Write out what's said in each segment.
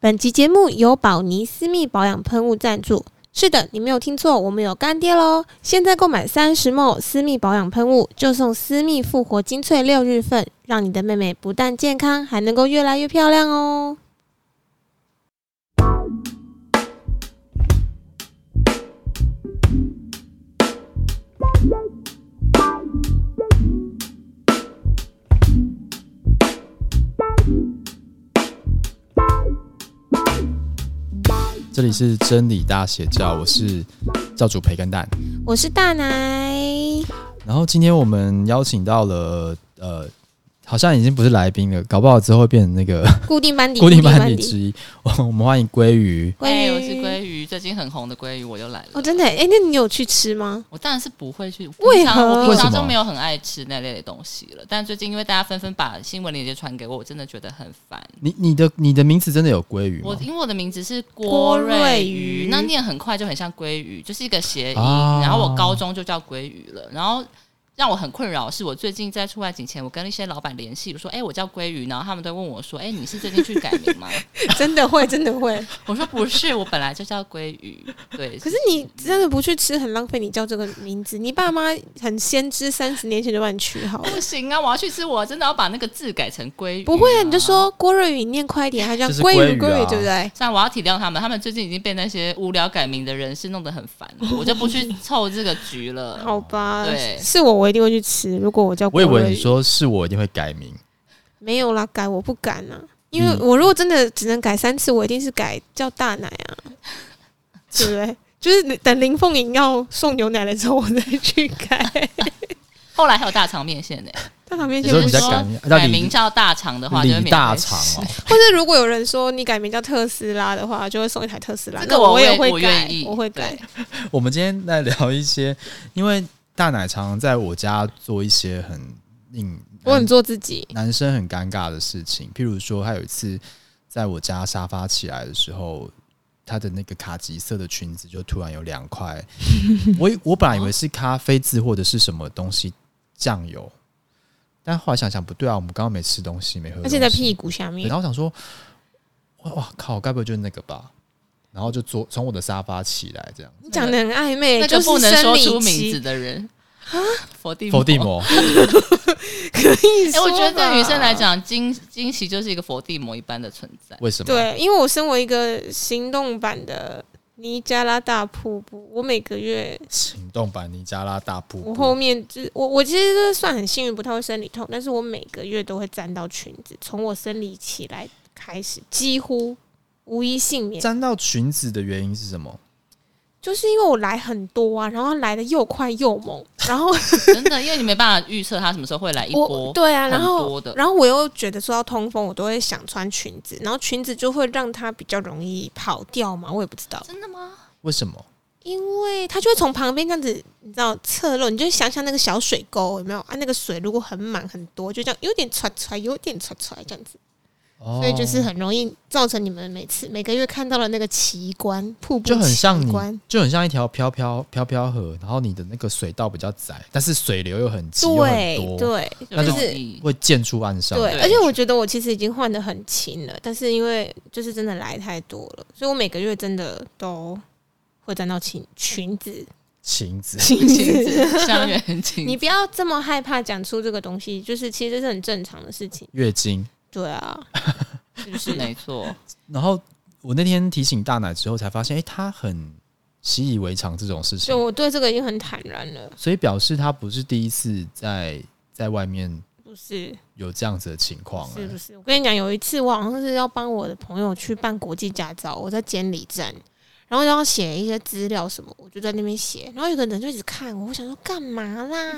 本集节目由宝尼私密保养喷雾赞助。是的，你没有听错，我们有干爹喽！现在购买三十 ml 私密保养喷雾，就送私密复活精粹六日份，让你的妹妹不但健康，还能够越来越漂亮哦！这里是真理大邪教，我是教主培根蛋。我是大奶，然后今天我们邀请到了，呃，好像已经不是来宾了，搞不好之后会变成那 个固定班底，固定班底之一。我我们欢迎鲑鱼，鲑哎鱼，我是鲑鱼，最近很红的鲑鱼，我又来了。哦，真的耶，哎、那你有去吃吗？ 我当然是不会去，为平常何我平为什常么就没有很爱吃那类的东西了。但最近因为大家纷纷把新闻链接传给我，我真的觉得很烦。你你的你的名字真的有鲑鱼我吗？因为我的名字是郭郭瑞瑞鱼鱼，那念很快就很像鲑鱼，就是一个谐音。啊然后我高中就叫鲑鱼了，然后。让我很困扰的是，我最近在出外景前，我跟一些老板联系，我说：“哎、我叫鲑鱼。”然后他们都问我说：“哎、你是最近去改名吗 真的会，真的会。？”我说：“不是，我本来就叫鲑鱼。”对，可是你真的不去吃，很浪费你叫这个名字。你爸妈很先知，三十年前就帮你取好了。不行啊！我要去吃，我真的要把那个字改成鲑鱼、不会啊，你就。说郭瑞宇，你念快一点，他叫嗯就是鲑鱼，鲑鱼鲑啊鱼，对不对？像我要体谅他们，他们最近已经被那些无聊改名的人士弄得很烦了，我就不去凑这个局了。好吧，对是我，我一定会去吃。如果我叫我郭以瑞宇，为你说是我一定会改名，没有啦，改我不敢啊，因为嗯我如果真的只能改三次，我一定是改叫大奶 啊，对不对？就是等林凤营要送牛奶了之后，我再去 改。后来还有大肠面线呢、大场面你前说不你在是，改说名叫改李名叫大肠的话，就会免李费大肠哦 吃。，或者如果有人说你改名叫特斯拉的话，就会送一台特斯拉。这那个我也会会我改愿意，我会改对。我们今天来聊一些，因为大奶常常在我家做一些很令我很做自己，男生很尴尬的事情，譬如说，他有一次在我家沙发起来的时候，他的那个卡其色的裙子就突然有 两块，我以我本来以为是咖啡渍或者是什么东西酱油，但后来想想不对啊，我们刚刚没吃东西，没喝东而西，且在屁股下对。面然。后我想说，哇哇靠，该不会就是那个吧？然后就坐从我的沙发起来，这样。你讲的很暧昧，那哎就个是不能生说理出期名字的人啊， 佛地伏 地。魔，可以哎、说吧。我觉得对女生来讲，惊惊喜就是一个佛地魔一般的存在。 为什么？对，因为我身为一个行动版的尼加拉大瀑布，我每个月行动版尼加拉大瀑我后布，面就是我我其实就是算很幸运，不太会生理痛，但是我每个月都会沾到裙子，从我生理起来开始，几乎无一幸免。沾到裙子的原因是什么？就是因为我来很多啊，然后来的又快又 猛，然后真的，因为你没办法预测他什么时候会来一我波。对啊，然很后多的然后我又觉得说要通风，我都会想穿裙子，然后裙子就会让它比较容易跑掉嘛，我也不知道。真的吗？为什么？因为它就会从旁边这样子，你知道侧漏，你就想想那个小水沟有没有啊？那个水如果很满很多，就这样有点窜出来，有点窜出来这样子，哦所以就是很容易造成你们每次每个月看到的那个奇观瀑布就很像奇你观，就很像一条飘飘飘飘河，然后你的那个水道比较窄，但是水流又很急，又对很多，对，就就是容易会溅出岸上。对，对而且我觉得我其实已经换的很勤了，但是因为就是真的来太多了，所以我每个月真的都会沾到裙裙子。晴子，亲子相远 亲你不要这么害怕讲出这个东西，就是其实这是很正常的事情。月经。对啊，是不是是？没错，然后我那天提醒大奶之后，才发现，哎、他很习以为常这种事情就，我对这个已经很坦然了，所以表示他不是第一次在在外面不是？有这样子的情况、是不诶是？我跟你讲，有一次我好像是要帮我的朋友去办国际驾照，我在监理站，然后要写一些资料什么，我就在那边写，然后有个人就一直看我，我想说干嘛 啦？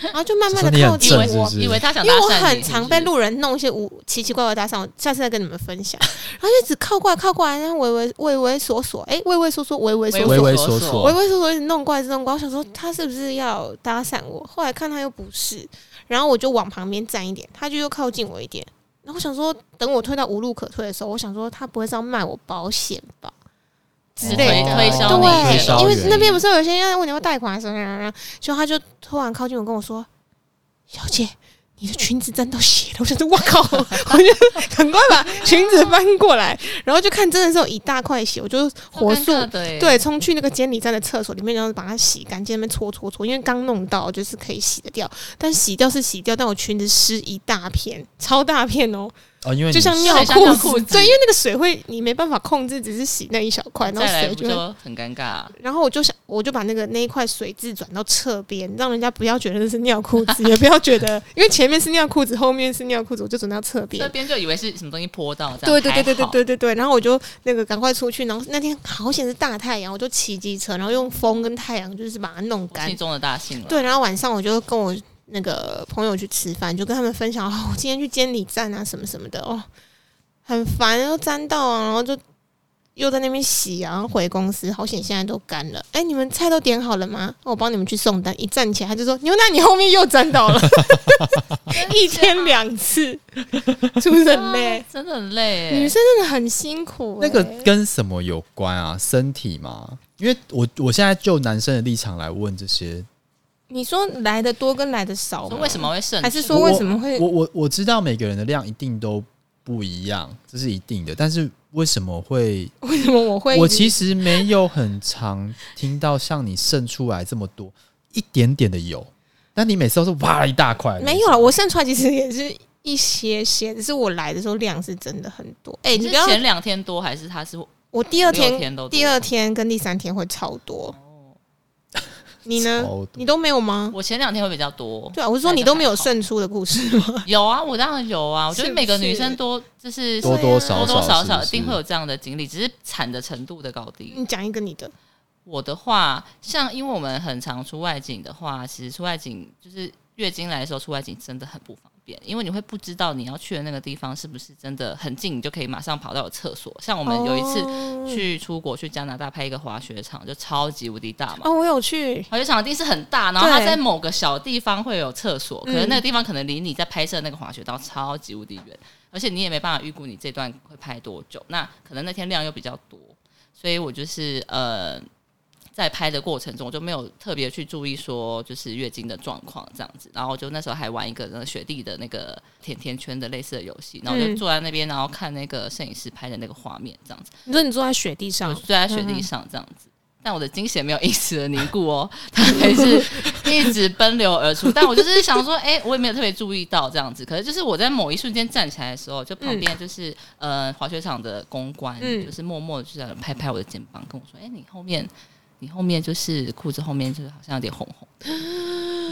然后就慢慢的想说你靠近很以为正是我不，是以为他想因搭为我讪很你，常被路人弄一些无奇奇怪怪的搭讪，我下次再跟你们分享。然后就只靠过来靠过来，然后畏畏畏畏缩缩，哎、畏畏缩缩，畏畏缩畏缩，畏缩缩缩畏畏缩缩，一直哎弄过来，一直弄过来。我想说他是不是要搭讪我？后来看他又不是，然后我就往旁边站一点，他就又靠近我一点。然后我想说，等我退到无路可退的时候，我想说他不会是要卖我保险吧？哦之类的，推推销你推对，销因为员那边不是有些人要问你要贷款什么什么什么，就他就突然靠近我跟我说：“小姐，你的裙子沾到血了，我想说，我靠！我就赶快把裙子翻过来，然后就看真的是有一大块血，我就火速对，对，冲去那个监理站的厕所里面，然后把它洗干净，那边搓搓搓，因为刚弄到，就是可以洗得掉。但洗掉是洗掉，但我裙子湿一大片，超大片哦，哦，因为就你像是尿像裤尿子，裤子对，因为那个水会你没办法控制，只是洗那一小块，然后再来水不就会。就很尴尬、然后我就想，我就把那个那一块水渍转到侧边，让人家不要觉得那是尿裤子，也不要觉得，因为前面是尿裤子，后面是尿裤子，我就转到侧边这。边就以为是什么东西泼到，这对样对对对还对好对对对，然后我就那个赶快出去，然后那天好险是大太阳，我就骑机车，然后用风跟太阳就是把它弄我干心。中的大幸了。对，然后晚上我就跟我那个朋友去吃饭，就跟他们分享哦，我今天去监理站啊什么什么的哦，很烦，又沾到啊，然后就又在那边洗啊，然后回公司，好险现在都干了。哎，你们菜都点好了吗？哦我帮你们去送单。一站起来他就说牛奶，你后面又沾到 了，一天两次， 是不是很累啊？真的很累女欸。生真的很辛苦、那个欸跟什么有关啊？身体嘛，因为我我现在就男生的立场来问这些，你说来的多跟来的少吗，说为什么会肾？还是说我为什么会我我我知道每个人的量一定都不一样，这是一定的，但是为什么会？为什么我会我其实没有很常听到像你渗出来这么多一点点的油，但你每次都是哇一大块，没有了，啊我渗出来其实也是一些些，只是我来的时候量是真的很多。哎、你你是不要，前两天多还是他是我第二六天、天都多第二天跟第三天会超多，哦你呢超多？你都没有吗？我前两天会比较多。对啊，我是说你都没有渗出的故事吗？ 有啊，我当然有啊。我觉是得不每个女是生多就是多多少多多少少少是不一是定会有这样的经历，只是惨的程度的高低。你讲一个你的，我的话，像因为我们很常出外景的话，其实出外景就是月经来的时候，出外景真的很不方便，因为你会不知道你要去的那个地方是不是真的很近，你就可以马上跑到有厕所。像我我们有一哦次次去出国去加拿大拍一个滑雪场，就超级无敌大嘛。哦，我有去，滑雪场地是很大，然后它对在某个小地方会有厕所，可嗯是那个地方可能离你在拍摄那个滑雪道超级无敌远，而且你也没办法预估你这段会拍多久。那可能那天量又比较多，所以我就是呃，在拍的过程中我就没有特别去注意说就是月经的状况这样子，然后就那时候还玩一个那个雪地的那个甜甜圈的类似的游戏，然后我就嗯坐在那边，然后看那个摄影师拍的那个画面这样子。你说你坐在雪地我上就，坐在雪地上这样子。但我的精血没有因此而凝固哦，它还是一直奔流而出。但我就是想说，哎、我也没有特别注意到这样子。可是就是我在某一瞬间站起来的时候，就旁边就是、呃滑雪场的公关，嗯就是默默就这样拍拍我的肩膀，跟我说：“哎、你后面，你后面就是裤子后面就是好像有点红红。”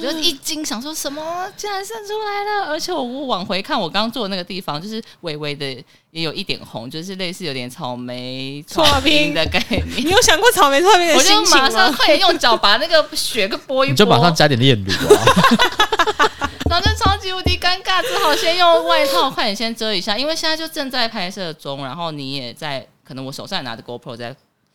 我就一惊，想说什么竟然渗出来了，而且我往回看，我刚坐的那个地方就是微微的也有一点红，就是类似有点草莓搓冰冰的概念。你有想过草莓上面的 我就心情马上吗？快点用脚把那个雪给拨一拨，你就马上加点炼乳啊，然后就超级无敌尴尬，只好先用外套快点先遮一下，因为现在就正在拍摄中，然后你也在，可能我手上也拿着 GoPro 在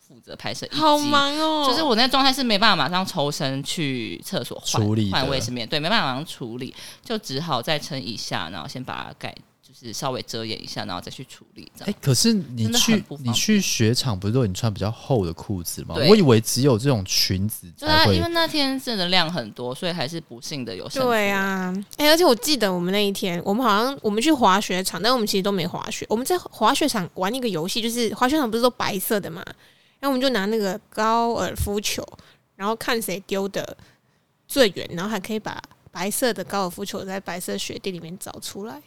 负责拍摄，好。忙哦，就是我那状态是没办法马上抽身去厕所换处理的换卫生棉，对，没办法马上处理，就只好再撑一下，然后先把它盖，就是稍微遮掩一下，然后再去处理这哎、样。可是你真的很去不方你便去雪场不是都已经穿比较厚的裤子吗？对我以为只有这种裙子就才它会啊因为那天真的量很多，所以还是不幸的有剩。对啊，哎、而且我记得我们那一天，我们好像我们去滑雪场，但我们其实都没滑雪。我们在滑雪场玩一个游戏，就是滑雪场不是都白色的嘛，然后我们就拿那个高尔夫球，然后看谁丢的最远，然后还可以把白色的高尔夫球在白色雪地里面找出来。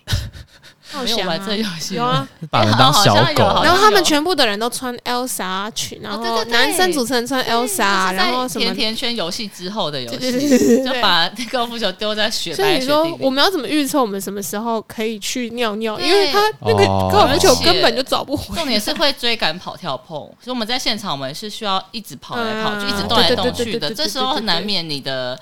好没有香玩这啊！游戏有 吗，啊，把人当小好像有好狗像。然后他们有全部的人都穿 Elsa 裙，然哦后对对对男生主持人穿嗯就是 Elsa，在啊然后什么甜甜圈游戏之后的游对对对对戏，对就把那高尔夫球丢在雪所以白你雪说地我里。们要怎么预测我们什么时候可以去尿尿？对因为他那个哦高尔夫球根本就找不回。重点是会追赶、跑、跳、碰， 所以我们在现场我们是需要一直跑来跑去，嗯一直动对对来动对对去对的。对这时候难免你的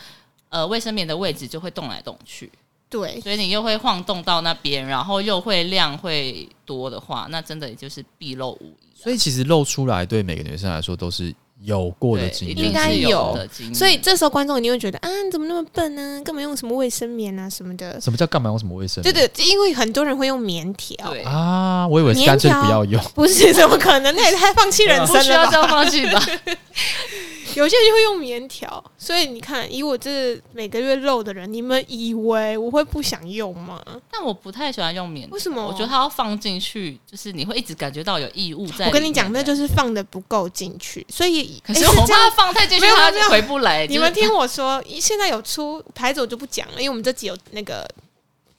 呃卫生棉的位置就会动来动去，对，所以你又会晃动到那边，然后又会量会多的话，那真的也就是必漏无遗。所以其实露出来对每个女生来说都是有过的对，经一验，定应该是有的经验。所以这时候观众一定会觉得啊，你怎么那么笨呢、干嘛用什么卫生棉啊什么的？什么叫干嘛用什么卫生对棉？对，因为很多人会用棉条，对，啊，我以为是干脆不要用。啊不是怎么可能？那也太放弃人不生需要了吧？这样放弃吧？有些人就会用棉条，所以你看，以我这每个月漏的人，你们以为我会不想用吗？但我不太喜欢用棉条，为什么？我觉得它要放进去，就是你会一直感觉到有异物在。我跟你讲，那就。是放的不够进去，所以可诶是是我这样怕放太进去，没有它没有回不来。你们就是听我说，一现在有出牌子我就不讲了，因为我们这集有那个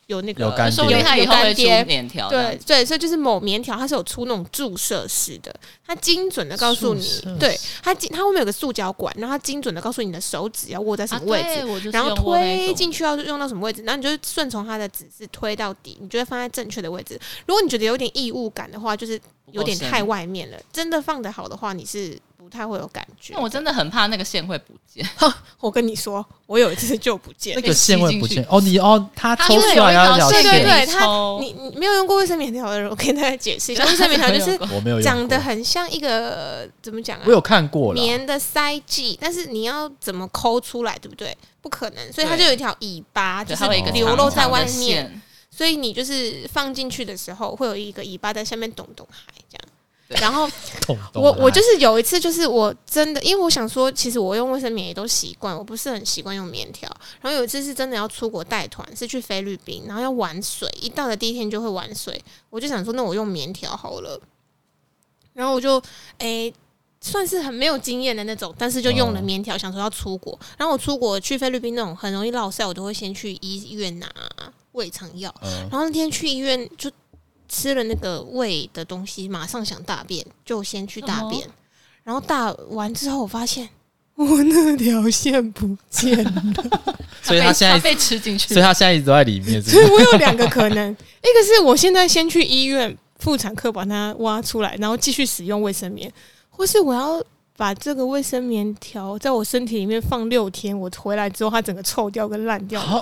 有那个有干说不定爹它以后会出有干爹棉条。对，对，所以就是某棉条，它是有出那种注射式的，它精准的告诉你注射式，对它精它后面有个塑胶管，然后它精准的告诉你的手指要握在什啊，么位置，对我就是然后用过那推种进去要用到什么位置，然后你就顺从它的指示推到底，你就会放在正确的位置。如果你觉得有点异物感的话，就是不够有点深太外面了。真的放的好的话，你是不太会有感觉因为。我真的很怕那个线会不啊见，我跟你说，我有一次就不见那了。个线会不吸进见哦，你哦，它它抽因为出有来一要条聊对线对天，对，给你它抽你你没有用过卫生棉条的人，我跟大家解释一下，卫生棉条就没有是过我没有用长过得很像一个怎么讲啊我？有看过了，棉的塞剂，但是你要怎么抠出来，对不对？不可能，所以它就有一条尾巴，就对，是它会有一个流长露长在的外面线，所以你就是放进去的时候，会有一个尾巴在下面咚咚嗨这样。对然后懂懂我了我就是有一次，就是我真的，因为我想说，其实我用卫生棉也都习惯，我不是很习惯用棉条。然后有一次是真的要出国带团，是去菲律宾，然后要玩水，一到的第一天就会玩水，我就想说，那我用棉条好了。然后我就诶、算是很没有经验的那种，但是就用了哦棉条，想说要出国。然后我出国去菲律宾那种很容易落晒，我都会先去医院拿胃肠药。嗯然后那天去医院就吃了那个胃的东西，马上想大便，就先去大便。然后大完之后，我发现我那条线不 见了。所以被它现在被吃进去所以，它现在一直都在里面，是所不以是我有两个可能， 一个是我现在先去医院妇产科把它挖出来，然后继续使用卫生棉，或是我要把这个卫生棉条在我身体里面放六天，我回来之后它整个臭掉跟烂掉，哦好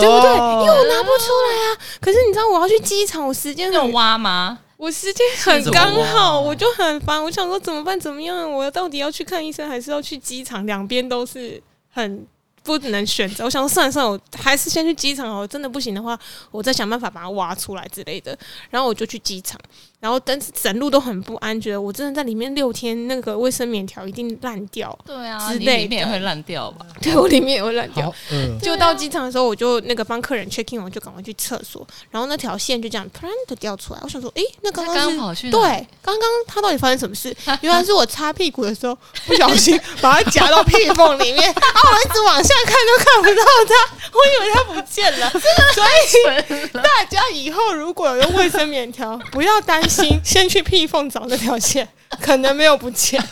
对不对？因为我拿不出来啊。可是你知道我要去机场，我时间那种很挖吗？我时间很是刚怎么好，了我就很烦，我想说怎么办？怎么样？我到底要去看医生，还是要去机场？两边都是很不能选择。我想说算了算了，我还是先去机场好了。真的不行的话，我再想办法把它挖出来之类的。然后我就去机场，然后但是整路都很不安，觉得我真的在里面六天，那个卫生棉条一定烂掉。对啊，之你类里面也的会烂掉吧？嗯对我里面也会烂掉好。恶，哦就到机场的时候，我就那个帮客人 check in，我就赶快去厕所，然后那条线就这样啪的掉出来。我想说，诶，那刚他刚刚是刚跑去哪对，，刚刚他到底发生什么事？原来是我擦屁股的时候不小心把它夹到屁缝里面， 然后我一直往下看都看不到它，我以为它不见了。所以大家以后如果有用卫生棉条，不要担心，先去屁缝找那条线，可能没有不见，，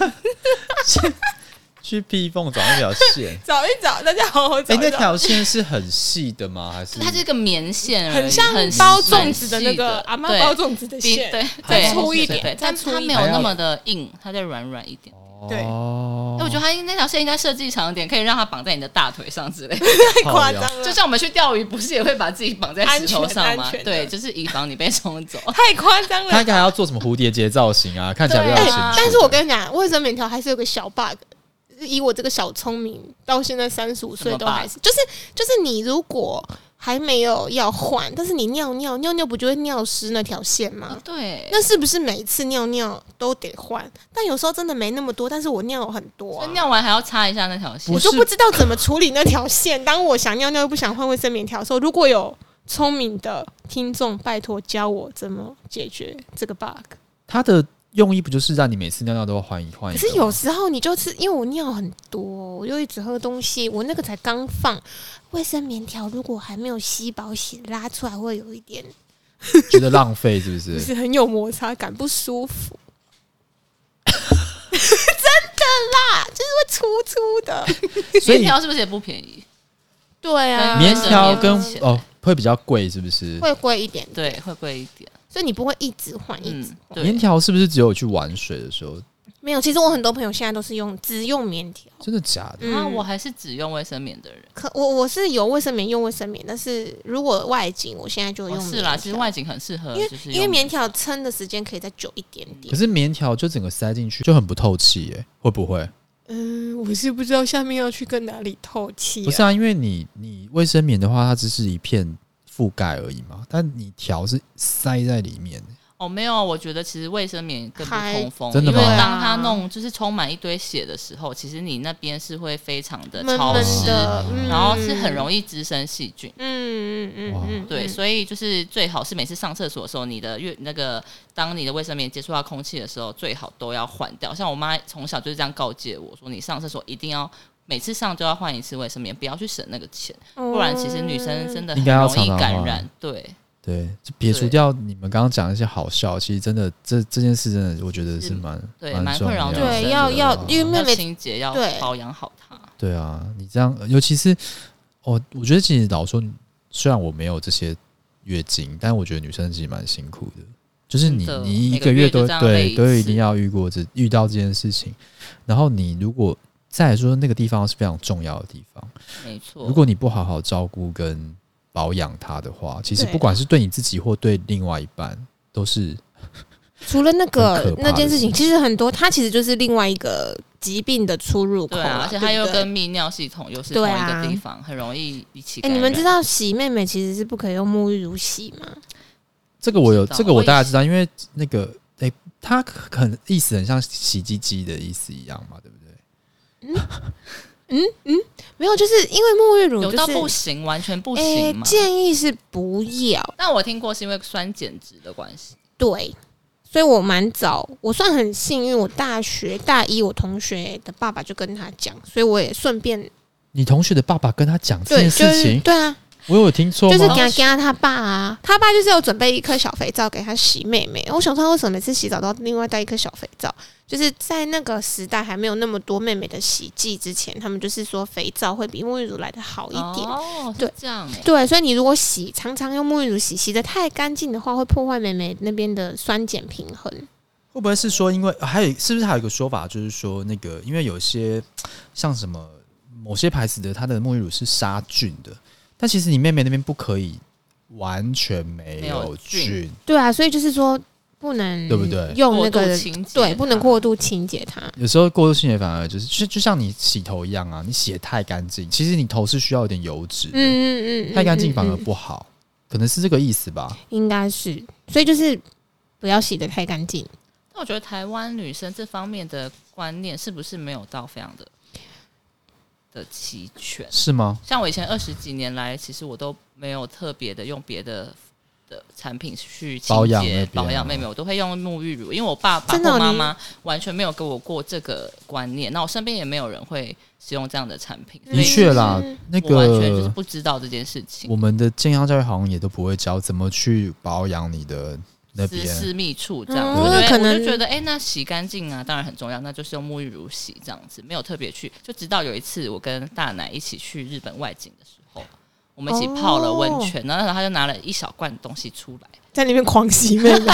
去屁缝找那条线找一找，大家好好 找哎，那一找。条线是很细的吗？还是它是一个棉线而已，很像呃很包细粽子的那个很细阿妈对包粽子的比线，对还对粗一对点对再但粗它一没点有还那要么的硬，它再软软一点。对哦那我觉得它那条线应该设计长一点，可以让它绑在你的大腿上之类的。太夸张就了，像我们去钓鱼，不是也会把自己绑在石头上啊安吗全安全？的对，就是以防你被冲走。 太夸张了他。嗯应该还要做什么蝴蝶结造型啊？看起来比较对清啊楚的。但是我跟你讲，卫生棉条还是有个小 bug。以我这个小聪明，到现在三十五岁什么都还是，就是就是你如果还没有要换，但是你尿尿尿尿不就会尿湿那条线吗哦？对，那是不是每一次尿尿都得换？但有时候真的没那么多，但是我尿很多、所以啊，尿完还要擦一下那条线我不。就是不知道怎么处理那条线。当我想尿尿又不想换卫生棉条的时候，如果有聪明的听众，拜托教我怎么解决这个 bug。它的用意不就是让你每次尿尿都要换一换一可个吗？是有时候你就是因为我尿很多，我又一直喝东西，我那个才刚放卫生棉条，如果还没有吸饱血，拉出来会有一点觉得浪费是不？就是是很有摩擦感，不舒 服。真的啦，就是会粗粗的。所棉以条是不是也不便宜？对啊，哎棉条嗯跟嗯嗯哦会比较贵是不是？会贵一点，对，会贵一点。所以你不会一直换一直。嗯，棉对，条是不是只有去玩水的时候？没有，其实我很多朋友现在都是用只用棉条。真的假的？嗯啊，我还是只用卫生棉的人。可我我是有卫生棉用卫生棉，但是如果外景，我现在就用哦，棉条、是啦，其实外景很适合，因为就是因为用棉条撑的时间可以再久一点点可。是棉条就整个塞进去就很不透气耶，会不会？嗯，我是不知道下面要去跟哪里透气、不是啊，因为你你卫生棉的话，它只是一片覆盖而已嘛，但你条是塞在里面，哦，没有，我觉得其实卫生棉更不还通风，真的因为吗当它弄就是充满一堆血的时候，其实你那边是会非常的闷潮闷湿，的，嗯然后是很容易滋生细菌。嗯，嗯嗯哇嗯嗯，对，嗯所以就是最好是每次上厕所的时候，你的越那个当你的卫生棉接触到空气的时候，最好都要换掉。像我妈从小就是这样告诫我说，你上厕所一定要每次上就要换一次卫生棉，不要去省那个钱，哦嗯啊不然其实女生真的很应该要容易常常感换染。对，对，就撇除对掉你们刚刚讲的一些好笑，其实真的这这件事真的，我觉得是是蛮对蛮蛮重困要扰的。女生对的要要，因为妹要妹清洁要对保养好它。对啊，你这样，呃尤其是哦，我觉得其实老说，虽然我没有这些月经，但我觉得女生其实蛮辛苦的。就是你真的你一每个个月月就都这样累对一都一次定要遇过这遇到这件事情，然后你如果再来说那个地方是非常重要的地方，没错，如果你不好好照顾跟保养它的话，其实对不管是对你自己或对另外一半，都是除了那很个可怕那的件事事情，情其实很多，它其实就是另外一个疾病的出入口对啦啊，而且它对又不对跟泌尿系统又是对同啊一个地方，很容易一起哎、感染。你们知道洗妹妹其实是不可以用沐浴乳洗吗？这个我有，知道这个我我也大概知道，因为那个诶，它很意思很像洗鸡机的意思一样嘛，对不对？没有，就是因为沐浴乳就有是到不行，完全不哎行嘛？建议是不要但我听过是因为酸碱值的关系。对。所以我蛮早，我算很幸运。我大学大一，我同学的爸爸就跟他讲，所以我也顺便你同学的爸爸跟他讲这对，件就事是情，对啊，我有听错就吗？是给他给他他爸啊，他爸就是有准备一颗小肥皂给他洗妹妹。我想说，他为什么每次洗澡都要另外带一颗小肥皂？就是在那个时代还没有那么多妹妹的洗剂之前，他们就是说肥皂会比沐浴乳来的好一点。哦，对是这样欸对，所以你如果洗常常用沐浴乳洗，洗的太干净的话，会破坏妹妹那边的酸碱平衡。会不会是说，因为还有是不是还有一个说法，就是说那个，因为有些像什么某些牌子的，它的沐浴乳是杀菌的，但其实你妹妹那边不可以完全没没有菌，菌对啊，所以就是说不能对不对用那过个度清洁对，不能它过度清洁它。有时候过度清洁反而就是就就像你洗头一样啊，你洗的太干净，其实你头是需要一点油脂的，嗯嗯嗯，太干净反嗯而嗯不好，可能是这个意思吧。应该是，所以就是不要洗的太干净。但我觉得台湾女生这方面的观念是不是没有到非常的的齐全？是吗？像我以前二十几年来，其实我都没有特别的用别的的产品去清保养那洁边啊保养妹妹，我都会用沐浴乳，因为我爸爸真的哦或妈妈完全没有给我过这个观念，那我身边也没有人会使用这样的产品，所的以确啦嗯，那我完全就是个不知道这件事情我。们的健康教育好像也都不会教怎么去保养你的那私边。私密处这嗯样子，我那就可我能就觉得，哎、那洗干净啊，当然很重要，那就是用沐浴乳洗这样子，没有特别去。就直到有一次，我跟大奶一起去日本外景的时候，我们一起泡了哦温泉，然后那时候他就拿了一小罐东西出来，在那边狂洗妹妹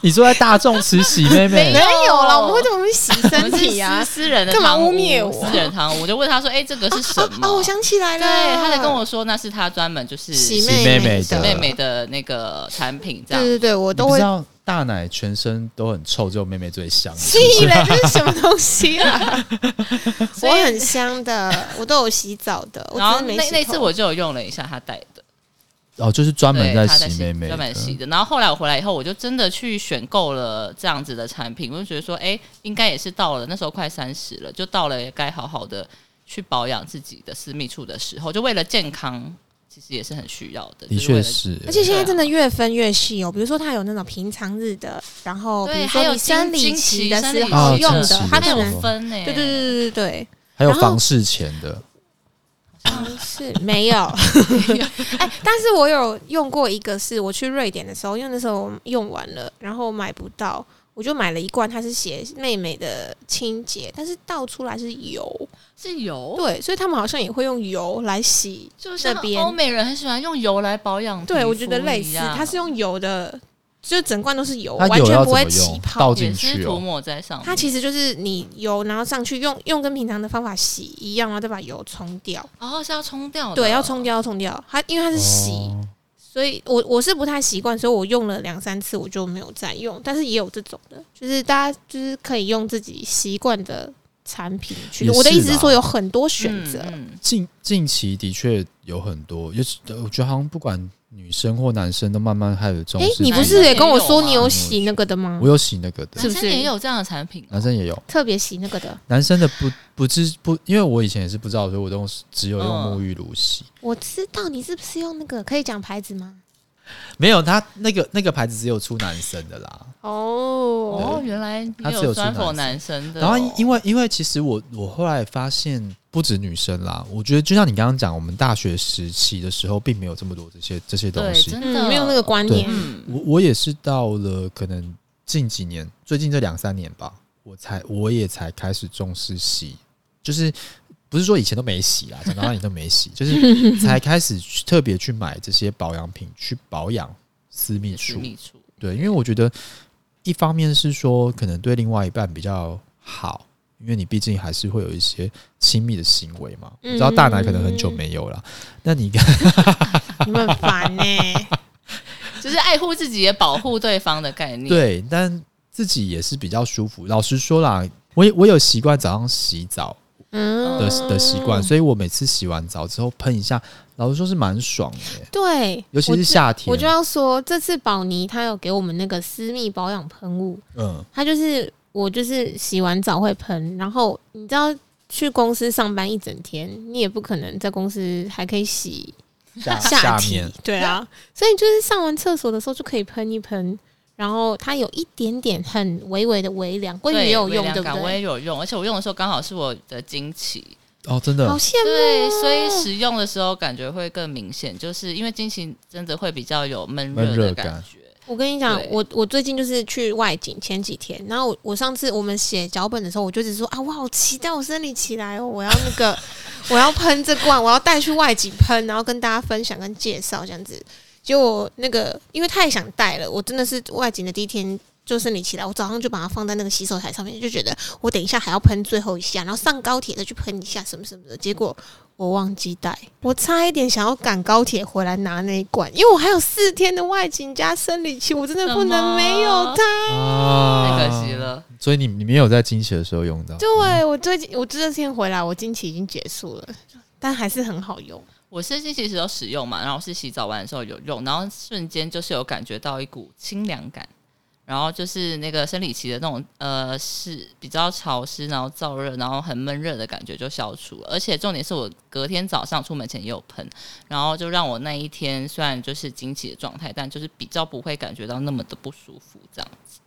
你坐在大众池洗妹妹 没有啦，我们会怎么去洗我身们是体啊 私？私人的干嘛汤屋污蔑我私人汤屋，我就问他说，哎、这个是什么？哦，我想起来对，了，他在跟我说，那是他专门就是洗妹妹妹的的妹妹的那个产品对这样。对对，我你都不会知道大奶全身都很臭，只有妹妹最香。屁嘞，这是什么东西 啊？我所以很香的，我都有洗澡的，我然真的后没那洗头那次我就有用了一下他带的。哦，就是专对，门他洗妹妹的，专门洗的。然后后来我回来以后，我就真的去选购了这样子的产品，我就觉得说，哎、应该也是到了那时候快三十了，就到了该好好的去保养自己的私密处的时候，就为了健康，其实也是很需要的。的就是为确了。是。而且现在真的越分越细哦，比如说它有那种平常日的，然后哦比对，如还说有你生理经期期的生理时期候哦用经的期，它可的它时能候有分呢、欸，对对对对对还有然后房事前的，哦对，是没有。 哎，但是我有用过一个，是我去瑞典的时候，因为那时候我用完了，然后买不到，我就买了一罐，它是写妹妹的清洁，但是倒出来是油，是油。对，所以他们好像也会用油来洗。就像那边欧美人很喜欢用油来保养皮肤一对，样，我觉得类似，它是用油的，就整罐都是油，它完油全要不怎么会用起？泡啊倒。也进是去涂哦。抹在上面。它其实就是你油，然后上去用用跟平常的方法洗一样，然后再把油冲掉。哦是要冲掉的，对，要冲掉，要冲掉。它因为它是洗，哦所以我我是不太习惯，所以我用了两三次我就没有再用，但是也有这种的，就是大家就是可以用自己习惯的产品去。也是啦我的意思是说有很多选择，嗯嗯呃近近期的确有很多，尤其我觉得好像不管女生或男生都慢慢开始嗯重哎、视。你不是也跟我说你有洗那个的吗我？有洗那个的，是不男是生也有这样的产品哦？男生也有，特别洗那个的，男生的不不知不，因为我以前也是不知道，所以我都用只有用嗯沐浴露洗。我知道你是不是用那个？可以讲牌子吗？没有，他那个那个牌子只有出男生的啦。哦，哦，原来它也只有出专否男男生的哦。然后因因为因为其实我我后来发现不止女生啦，我觉得就像你刚刚讲，我们大学时期的时候并没有这么多这些这些东对，西。真的嗯，没有那个观念。嗯，我我也是到了可能近几年，最近这两三年吧，我才我也才开始重视洗，就是不是说以前都没洗啦， 讲到哪里都没洗，就是 才开始去特别去买这些保养品去保养私密私处。密处，对，因为我觉得一方面是说可能对另外一半比较好，因为你毕竟还是会有一些亲密的行为嘛。我知道大奶可能很嗯久没有了，那你看，你们很烦欸呢、就是爱护自己也保护对方的概念。，对，但自己也是比较舒服。老实说啦，我也我有习惯早上洗澡 嗯的的习惯，所以我每次洗完澡之后喷一下，老实说是蛮爽的、对，尤其我是就夏天。我就要说，这次宝妮她有给我们那个私密保养喷雾，嗯，它就是我就是洗完澡会喷，然后你知道去公司上班一整天，你也不可能在公司还可以洗 下下体面，对啊， 所以就是上完厕所的时候就可以喷一喷，然后它有一点点很微微的微凉，关于也有用，对微凉不感我对？也有用，而且我用的时候刚好是我的经期，哦，真的好羡慕对，哦，所以使用的时候感觉会更明显，就是因为经期真的会比较有闷热闷热的感感觉。我跟你讲对，我我最近就是去外景前几天，然后我我上次我们写脚本的时候，我就只说啊，我好期待我生理期来哦，我要那 个我要喷这罐，我要带去外景喷，然后跟大家分享跟介绍这样子。结果那个因为太想带了，我真的是外景的第一天就生理期来，我早上就把它放在那个洗手台上面，就觉得我等一下还要喷最后一下，然后上高铁再去喷一下什么什么的。结果我忘记带，我差一点想要赶高铁回来拿那一罐，因为我还有四天的外景加生理期，我真的不能没有它。啊太可惜。了，所以你你没有在惊喜的时候用到，对我最近我这天回来，我经期已经结束了，但还是很好用。我是经期时候使用嘛，然后是洗澡完的时候有用，然后瞬间就是有感觉到一股清凉感，然后就是那个生理期的那种呃是比较潮湿，然后燥热，然后很闷热的感觉就消除了。而且重点是我隔天早上出门前也有喷，然后就让我那一天虽然就是经期的状态，但就是比较不会感觉到那么的不舒服这样子。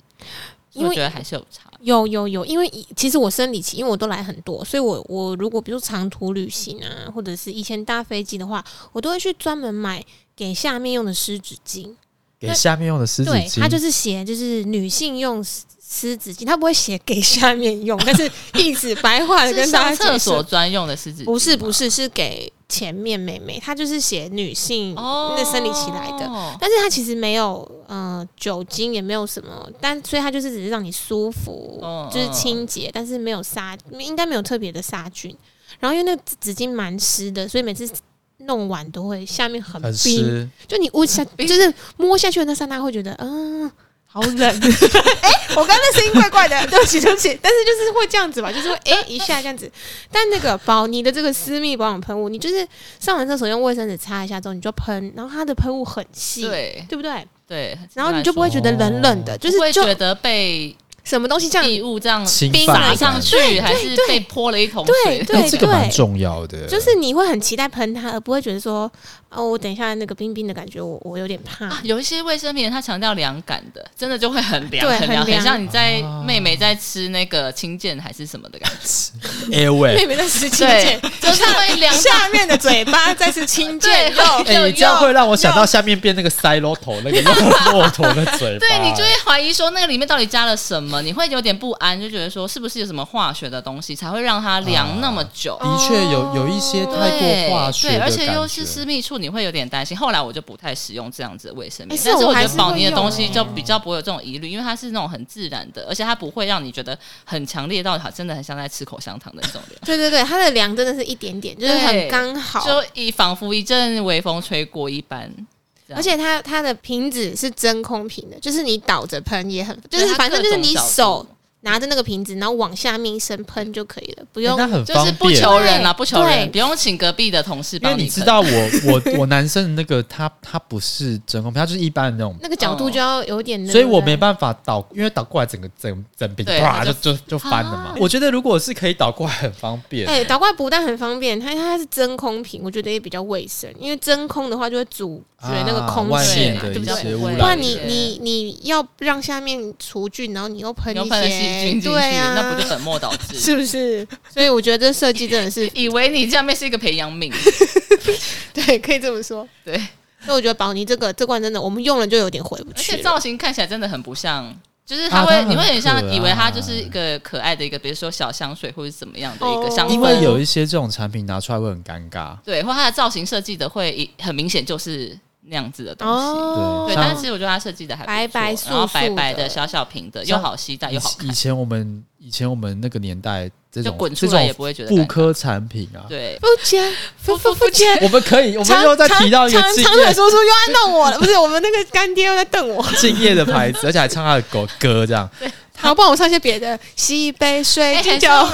所以因为我觉得还是有差，有有有，因为以其实我生理期，因为我都来很多，所以我我如果比如长途旅行啊，或者是以前搭飞机的话，我都会去专门买给下面用的湿纸巾。给下面用的湿纸对，巾，它就是写就是女性用湿湿纸巾，它不会写给下面用，但是一直白话的 是跟大家上解厕释所专用的湿纸巾吗，不是不是是给前面妹妹，她就是写女性哦，那生理期来的。的但是它其实没有呃酒精，也没有什么，但所以它就是只是让你舒服，嗯就是清洁，但是没有杀，应该没有特别的杀菌。然后因为那个纸巾蛮湿的，所以每次弄完都会下面很很冰，湿。就你捂下，就是摸下去的那刹那会觉得嗯。好冷， 哎、我刚刚那声音怪怪的，对不起，对不起。但是就是会这样子吧，就是会哎、一下这样子。但那个保你的这个私密保养喷雾，你就是上完厕所用卫生纸擦一下之后，你就喷，然后它的喷雾很细，对对不对？对，然后你就不会觉得冷冷的，就不会是就觉得被什么东西这样，异物这样侵冰犯了撒的上感觉去，还是被泼了一桶水对？对哎这个蛮对重要的，就是你会很期待喷它，而不会觉得说哦，我等一下那个冰冰的感觉，我我有点怕。啊， 有一些卫生棉它强调凉感的，真的就会很凉，对很凉，很凉很像你在啊妹妹在吃那个青箭还是什么的感觉。妹 airway。妹在吃青对箭，， 就是会凉到。下面的嘴巴再是青 对箭肉，哎、你这样会让我想到下面变那个塞骆驼 那个骆驼的嘴巴。对你就会怀疑说那个里面到底加了什么，你会有点不安，就觉得说是不是有什么化学的东西才会让它哦凉那么久？的确有有一些哦对太过化学的对，感而觉，且又是私密处，你会有点担心。后来我就不太使用这样子的卫生哎棉，是但是我我觉还得是宝会妮的用东西哎就比较不会有这种疑虑，因为它是那种很自然的，而且它不会让你觉得很强烈到好真的很像在吃口香糖的那种凉。对对对，它的凉真的是一点点，就是很对刚好，就一仿佛一阵微风吹过一般，这啊样而且它它的瓶子是真空瓶的，就是你倒着喷也很，就对是它反正就是各种你角度手拿着那个瓶子，然后往下面一声喷就可以了，不欸用。那很就方是便。不求人啊，对不求人，对不用请隔壁的同事因为帮你喷知道我我我男生的那个他他不是真空瓶，他就是一般的那种，那个角度就要有点那个、所以我没办法倒，因为倒过来整个整整瓶对啪它就就就就翻了嘛啊。我觉得如果是可以倒过来很方便，哎、倒挂不但很方便，它它是真空瓶，我觉得也比较卫生，因为真空的话就会阻绝啊那个空外气面嘛，的对一不对？些不污然不然染你源，你你要让下面除菌，然后你又喷有一喷了细些菌进，去，对啊，那不就粉末导 致？是不是？所以我觉得这设计真的是以为你这样面是一个培养皿，对，可以这么说。对，所以我觉得宝妮这个这罐真的，我们用了就有点回不而且去了。造型看起来真的很不像，就是啊它会，它很你会很像可爱以为它就是一个可爱的一个，比如说小香水或者怎么样的一个哦香氛，因为有一些这种产品拿出来会很尴尬。对，或它的造型设计的会一很明显就是那样子的东西。哦，对，像但是我觉得它设计的还不错白白素素的然后白白的、小小瓶的，像又好携带又好以看，前我们以前我们那个年代，这就种滚出这来也种不会觉得妇尴尬。科产品啊，对，付钱，付付付钱。我们可以，我们又再提到一个长敬长业腿叔叔又按到我了，不是我们那个干爹又在瞪我。敬业的牌子，而且还唱他的狗歌这样。好，帮我唱些别的，西北水哎晶还是球，我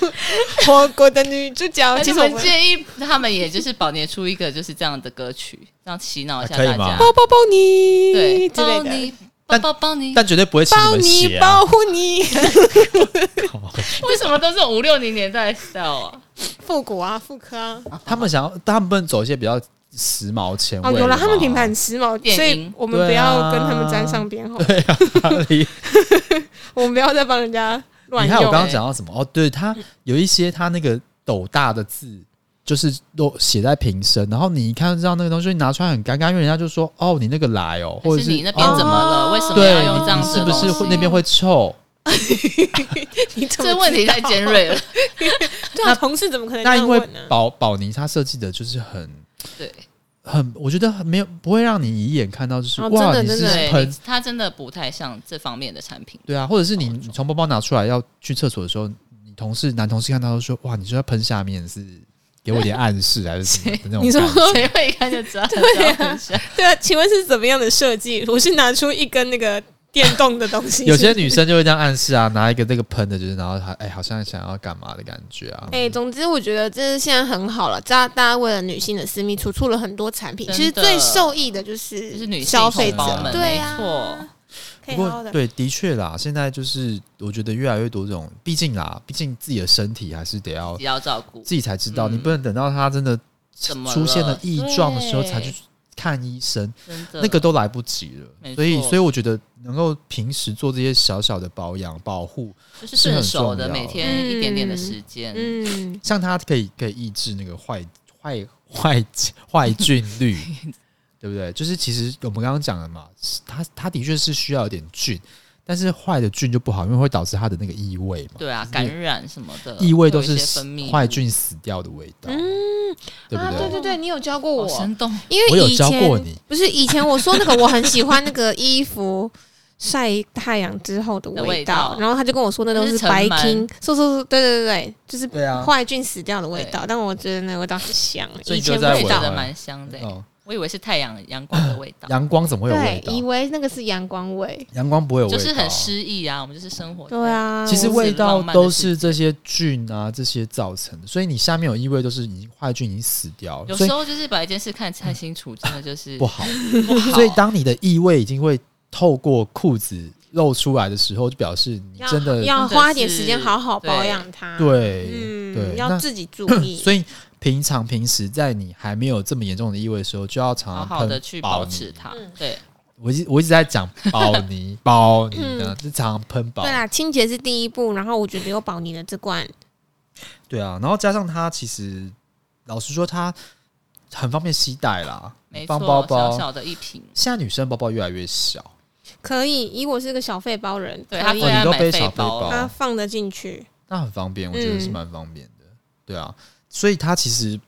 们 火锅的女主角。而其且实我我们们建议他们，也就是保年出一个就是这样的歌曲，这样洗脑一下啊可以大家吗。抱抱抱你，对，之类抱的，你，抱抱抱你，但绝对不会请你抱们你写保啊！护你，为什么都是五六零年代的 style 啊？复古啊，复刻啊。他们想要，他们不能走一些比较时髦前卫哦，的嘛。有了，他们品牌很时髦，电所以音我们不要跟他们沾上边好吗，啊 你我们不要再帮人家乱你用看我了。刚刚欸讲到什么？哦，对，他有一些他那个斗大的字，就是都写在瓶身，然后你一看就知道那个东西，你拿出来很尴尬，因为人家就说：“哦，你那个来哦，或还者是你那哦边怎么了？为什么对，要用这样你子是的不东西？是会那边会臭？”你怎么这问题太尖 锐了。知道，对啊，同事怎么可能这那因样嗯为问呢？宝宝尼他设计的就是很对，很，我觉得很没有不会让你一眼看到 就是、哦真哇，的你真是的喷对，它真欸的不太像这方面的产 品。对啊，或者是你你从包包拿出来要去厕所的时候，你同事男同事看到都说哇，你是在喷下面是给我点暗示还是什么的那种感觉？你说谁会一看就 知道它是要分享？对啊， 请问是怎么样的设计？我是拿出一根那个电动的东西，有些女生就会这样暗示啊，拿一个那个喷的，就是然后还哎、好像想要干嘛的感觉啊。哎、总之我觉得这是现在很好了，大大家为了女性的私密处出了很多产品，真其实的最受益的就就是是女性消费同胞者，们对没啊，错，可以不好过好的。对，的确啦，现在就是我觉得越来越多这种，毕竟啦，毕竟自己的身体还是得要也要照顾。自己才知道，嗯你不能等到他真的怎么了出现了异状的时候对才去看医生，真的，那个都来不及了。没错所以，所以我觉得能够平时做这些小小的保养保护，就是是很顺手的，重要每天一点点的时间。嗯，像它可以可以抑制那个坏坏坏坏菌 率，对不对？就是其实我们刚刚讲了嘛，是它它的确是需要有点菌，但是坏的菌就不好，因为会导致它的那个异味嘛。对啊，感染什么的，嗯异味都会有是一些分泌物嗯坏，菌死掉的味道，对不啊，对对对，你有教过好我，哦 生动。因为我有以教前过你，不是以前我说那个我很喜欢那个衣服晒太阳之后的的味味道，道然后他就跟我说那都那是是尘白螨金，说说说，对对对对，就是对啊坏菌死掉的味道，但我觉得那个味道很香，所以以你就前在不我知也闻道觉啊。得蛮香的欸、哦，我以为是太阳阳光的味 道，阳光怎么会有味对，道？以为那个是阳光味，阳光不会有味道，就是很。诗意啊。我们就是生活，对，啊，其实我味道浪漫的都事是这些菌啊这些造成的，所以你下面有异味都是已经坏菌已经死掉了，有所以时候就是把一件事看太清楚，真的就 是不好。不好所以当你的异味已经会透过裤子露出来的时候，就表示你要真的要真的花点时是间好好对保养它，，对、嗯，对。要那自己 注意，所以平常平时在你还没有这么严重的异味的时候，就要常好常好的啊喷去保保尼持它嗯。对，我一直我一直在讲 保泥保 泥呢，就常常喷保对啦，清洁是第一步，然后我觉得有保你的这罐，对啊，然后加上它其实老实说，它很方便携带啦，没错放，包包。小小的一瓶，现在女生包包越来越小，可以，以我是个小费包人，对可他以最爱哦你都买背背小背包包了，它放得进去，那很方便，我觉得是嗯蛮方便的。对啊，所以它其实，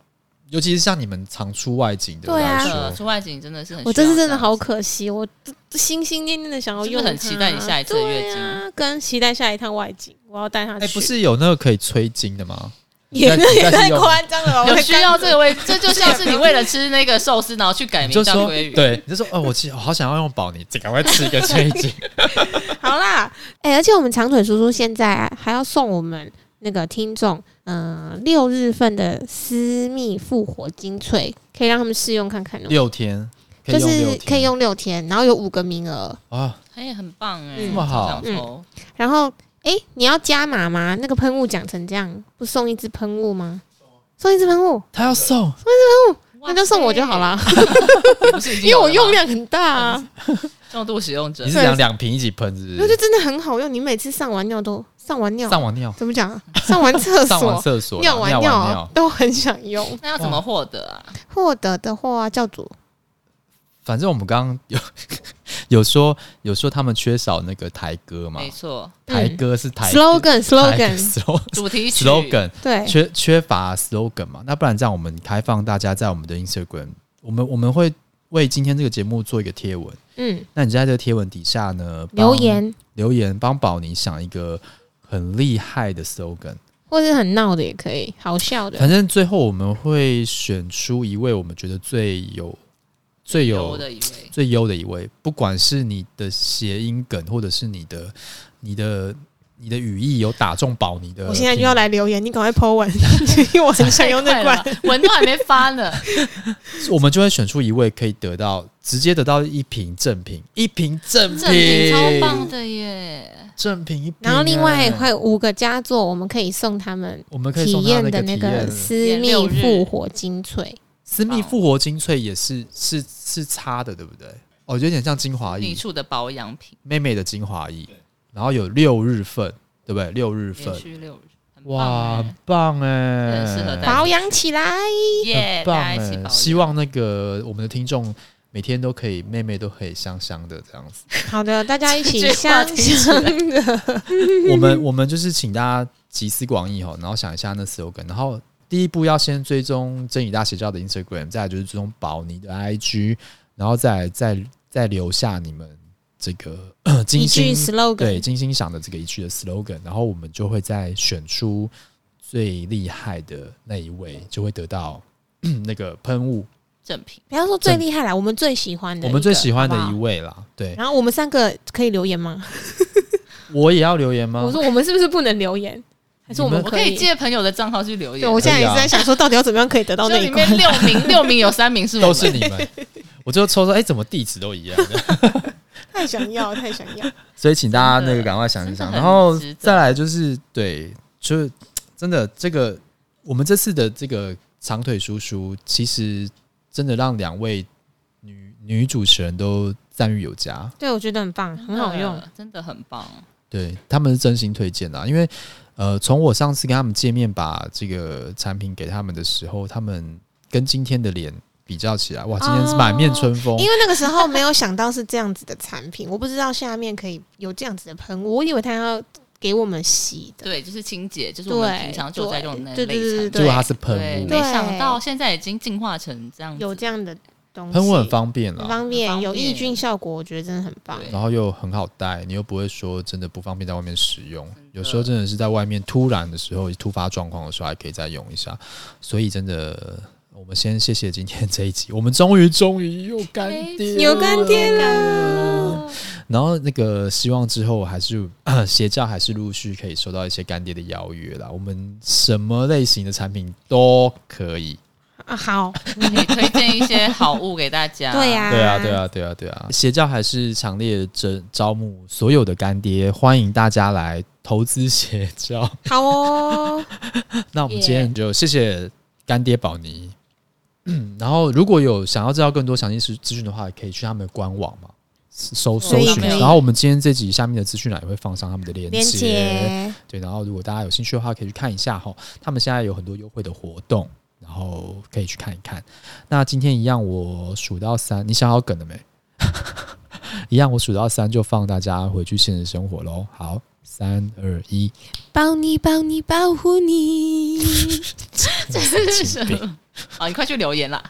尤其是像你们常出外景的对啊来真说，的出外景真的是很需要样子，我这次真的好可惜，我心心念念的想要是不用啊是它，很期待你下一次的月经哎对啊，跟期待下一趟外景，我要带它去。哎、不是有那个可以催经的吗？也但也但是太用夸张了吧，我有会需干要这个味，这就像是你为了吃那个寿司，然后去改你名就叫说鲑鱼。对，你就说哦，我其实我好想要用宝泥，赶快吃一个 这一集。好啦， 哎、而且我们长腿叔叔现在啊还要送我们那个听众，嗯、六日份的私密复活精粹，可以让他们试用看看哦。六天，可就以用六是天可以用六天，然后有五个名额，啊，哎，很棒哎，嗯这么好这样抽然后哎、你要加码吗？那个喷雾讲成这样，不送一支喷雾吗？送一支喷雾，他要送，那就送我就好，啦，哇塞不是已因为经有我了吗用量很大啊，重度使用者你是讲两瓶一起喷，是那不？就是真的很好用。你每次上完尿都上完尿，上完尿，怎么讲啊？上完厕上完所、厕所啦，尿完完尿，啊都很想用。那要怎么获得啊？获得的话，教主反正我们刚刚有 有说有说他们缺少那个台歌嘛没，错，台歌是台 slogan 台 slogan slogan 主题曲 slogan 对，缺缺乏 slogan 嘛，那不然这样，我们开放大家在我们的 Instagram，我们我们会为今天这个节目做一个贴文，嗯，那你在这个贴文底下呢，帮留言留言帮宝妮想一个很厉害的 slogan，或是很闹的也可以，好笑反的，正最后我们会选出一位我们觉得最有最有的一 位，最优的一位，不管是你的谐音梗，或者是你的你的你的语义有打中宝妮的，我现在就要，来留言，你赶快 po 文，因为我很想用那太快了罐。吧，文都还没发 呢，我们就会选出一位可以得到直接得到一瓶正品，一瓶正品，这题超棒的耶！正品一瓶， 然后另外哎会有五个佳作，我们可以送他们我们可以体送他验的那那个体验个私密复活精粹。私密复活精粹也是是是擦的，对不对？哦，有点像精华密液，处的保养品，妹妹的精华液，然后有六日份，对不对？六日份连，续六日，很棒哇，哎很欸棒哎，很适合大家保养起 来，耶，很棒大家一哎起！保希养望那个我们的听众每天都可以，妹妹都可以香香的这样子。好的，大家一起这句话香听起香来 的。我们我们就是请大家集思广益哦，然后想一下那 slogan，然后第一步要先追踪真理大邪教的 Instagram，再来就是追踪宝妮的 IG，然后再来再再留下你们这个一精句心对 slogan，精心想的这个一句的 slogan，然后我们就会再选出最厉害的那一位，就会得到那个喷雾，正品，不要说最厉害啦，我们最喜欢的，我们最喜欢的好一不好。位啦。对，然后我们三个可以留言吗？我也要留言吗？我说我们是不是不能留 言？还是我们你我们可以？借朋友的账号去留对，言。我现在也可是以啊在想说，到底要怎么样可以得到就那一里罐面？六 名，六名有三名是我都们是你们，我就抽说，哎、怎么地址都一样？太想要，太想要。所以请大家那个赶快想一真的想，很然后值得再来就是对，就是真的这个我们这次的这个长腿叔叔，其实真的让两位女女主持人都赞誉有加， 对，我觉得很棒，很好用。，真的很棒。对他们是真心推荐的啊，因为呃，从我上次跟他们见面把这个产品给他们的时候，他们跟今天的脸比较起来，哇，今天是满面春风，哦因为那个时候没有想到是这样子的产品，我不知道下面可以有这样子的喷雾，我以为他要给我们洗的。对，就是清洁，就是我们对，平常就在用的那对类对对对产品。结对果它是喷对，雾，没想到现在已经进化成这样子，有这样的东西，喷雾很方便啊很啦。方很便，方便有抑菌效果，我觉得真的很棒。对然后又很好带，你又不会说真的不方便在外面使用。有时候真的是在外面突然的时候，突发状况的时候还可以再用一下。所以真的，我们先谢谢今天这一集，我们终于终于又干爹了哎有干爹了，然后那个希望之后还是 邪教还是陆续可以收到一些干爹的邀约啦。我们什么类型的产品都可以。啊！好， 可以推荐一些好物给大家。对 呀、对啊，对，啊，对啊，对啊！邪教还是强烈征招募所有的干爹，欢迎大家来投资邪教。 好哦，那我们今天就谢谢干爹宝妮。 嗯，然后如果有想要知道更多详细资资讯的话，也可以去他们的官网嘛，搜搜可以寻。可以然后我们今天这集下面的资讯栏也会放上他们的链连接对，然后如果大家有兴趣的话，可以去看一下哈，他们现在有很多优惠的活动，然后可以去看一看。那今天一样，我数到三，你想好梗了没？ 一样，我数到三就放大家回去现实生活喽。好，三二一，包你包你保护你。 这是什么？啊，你快去留言啦！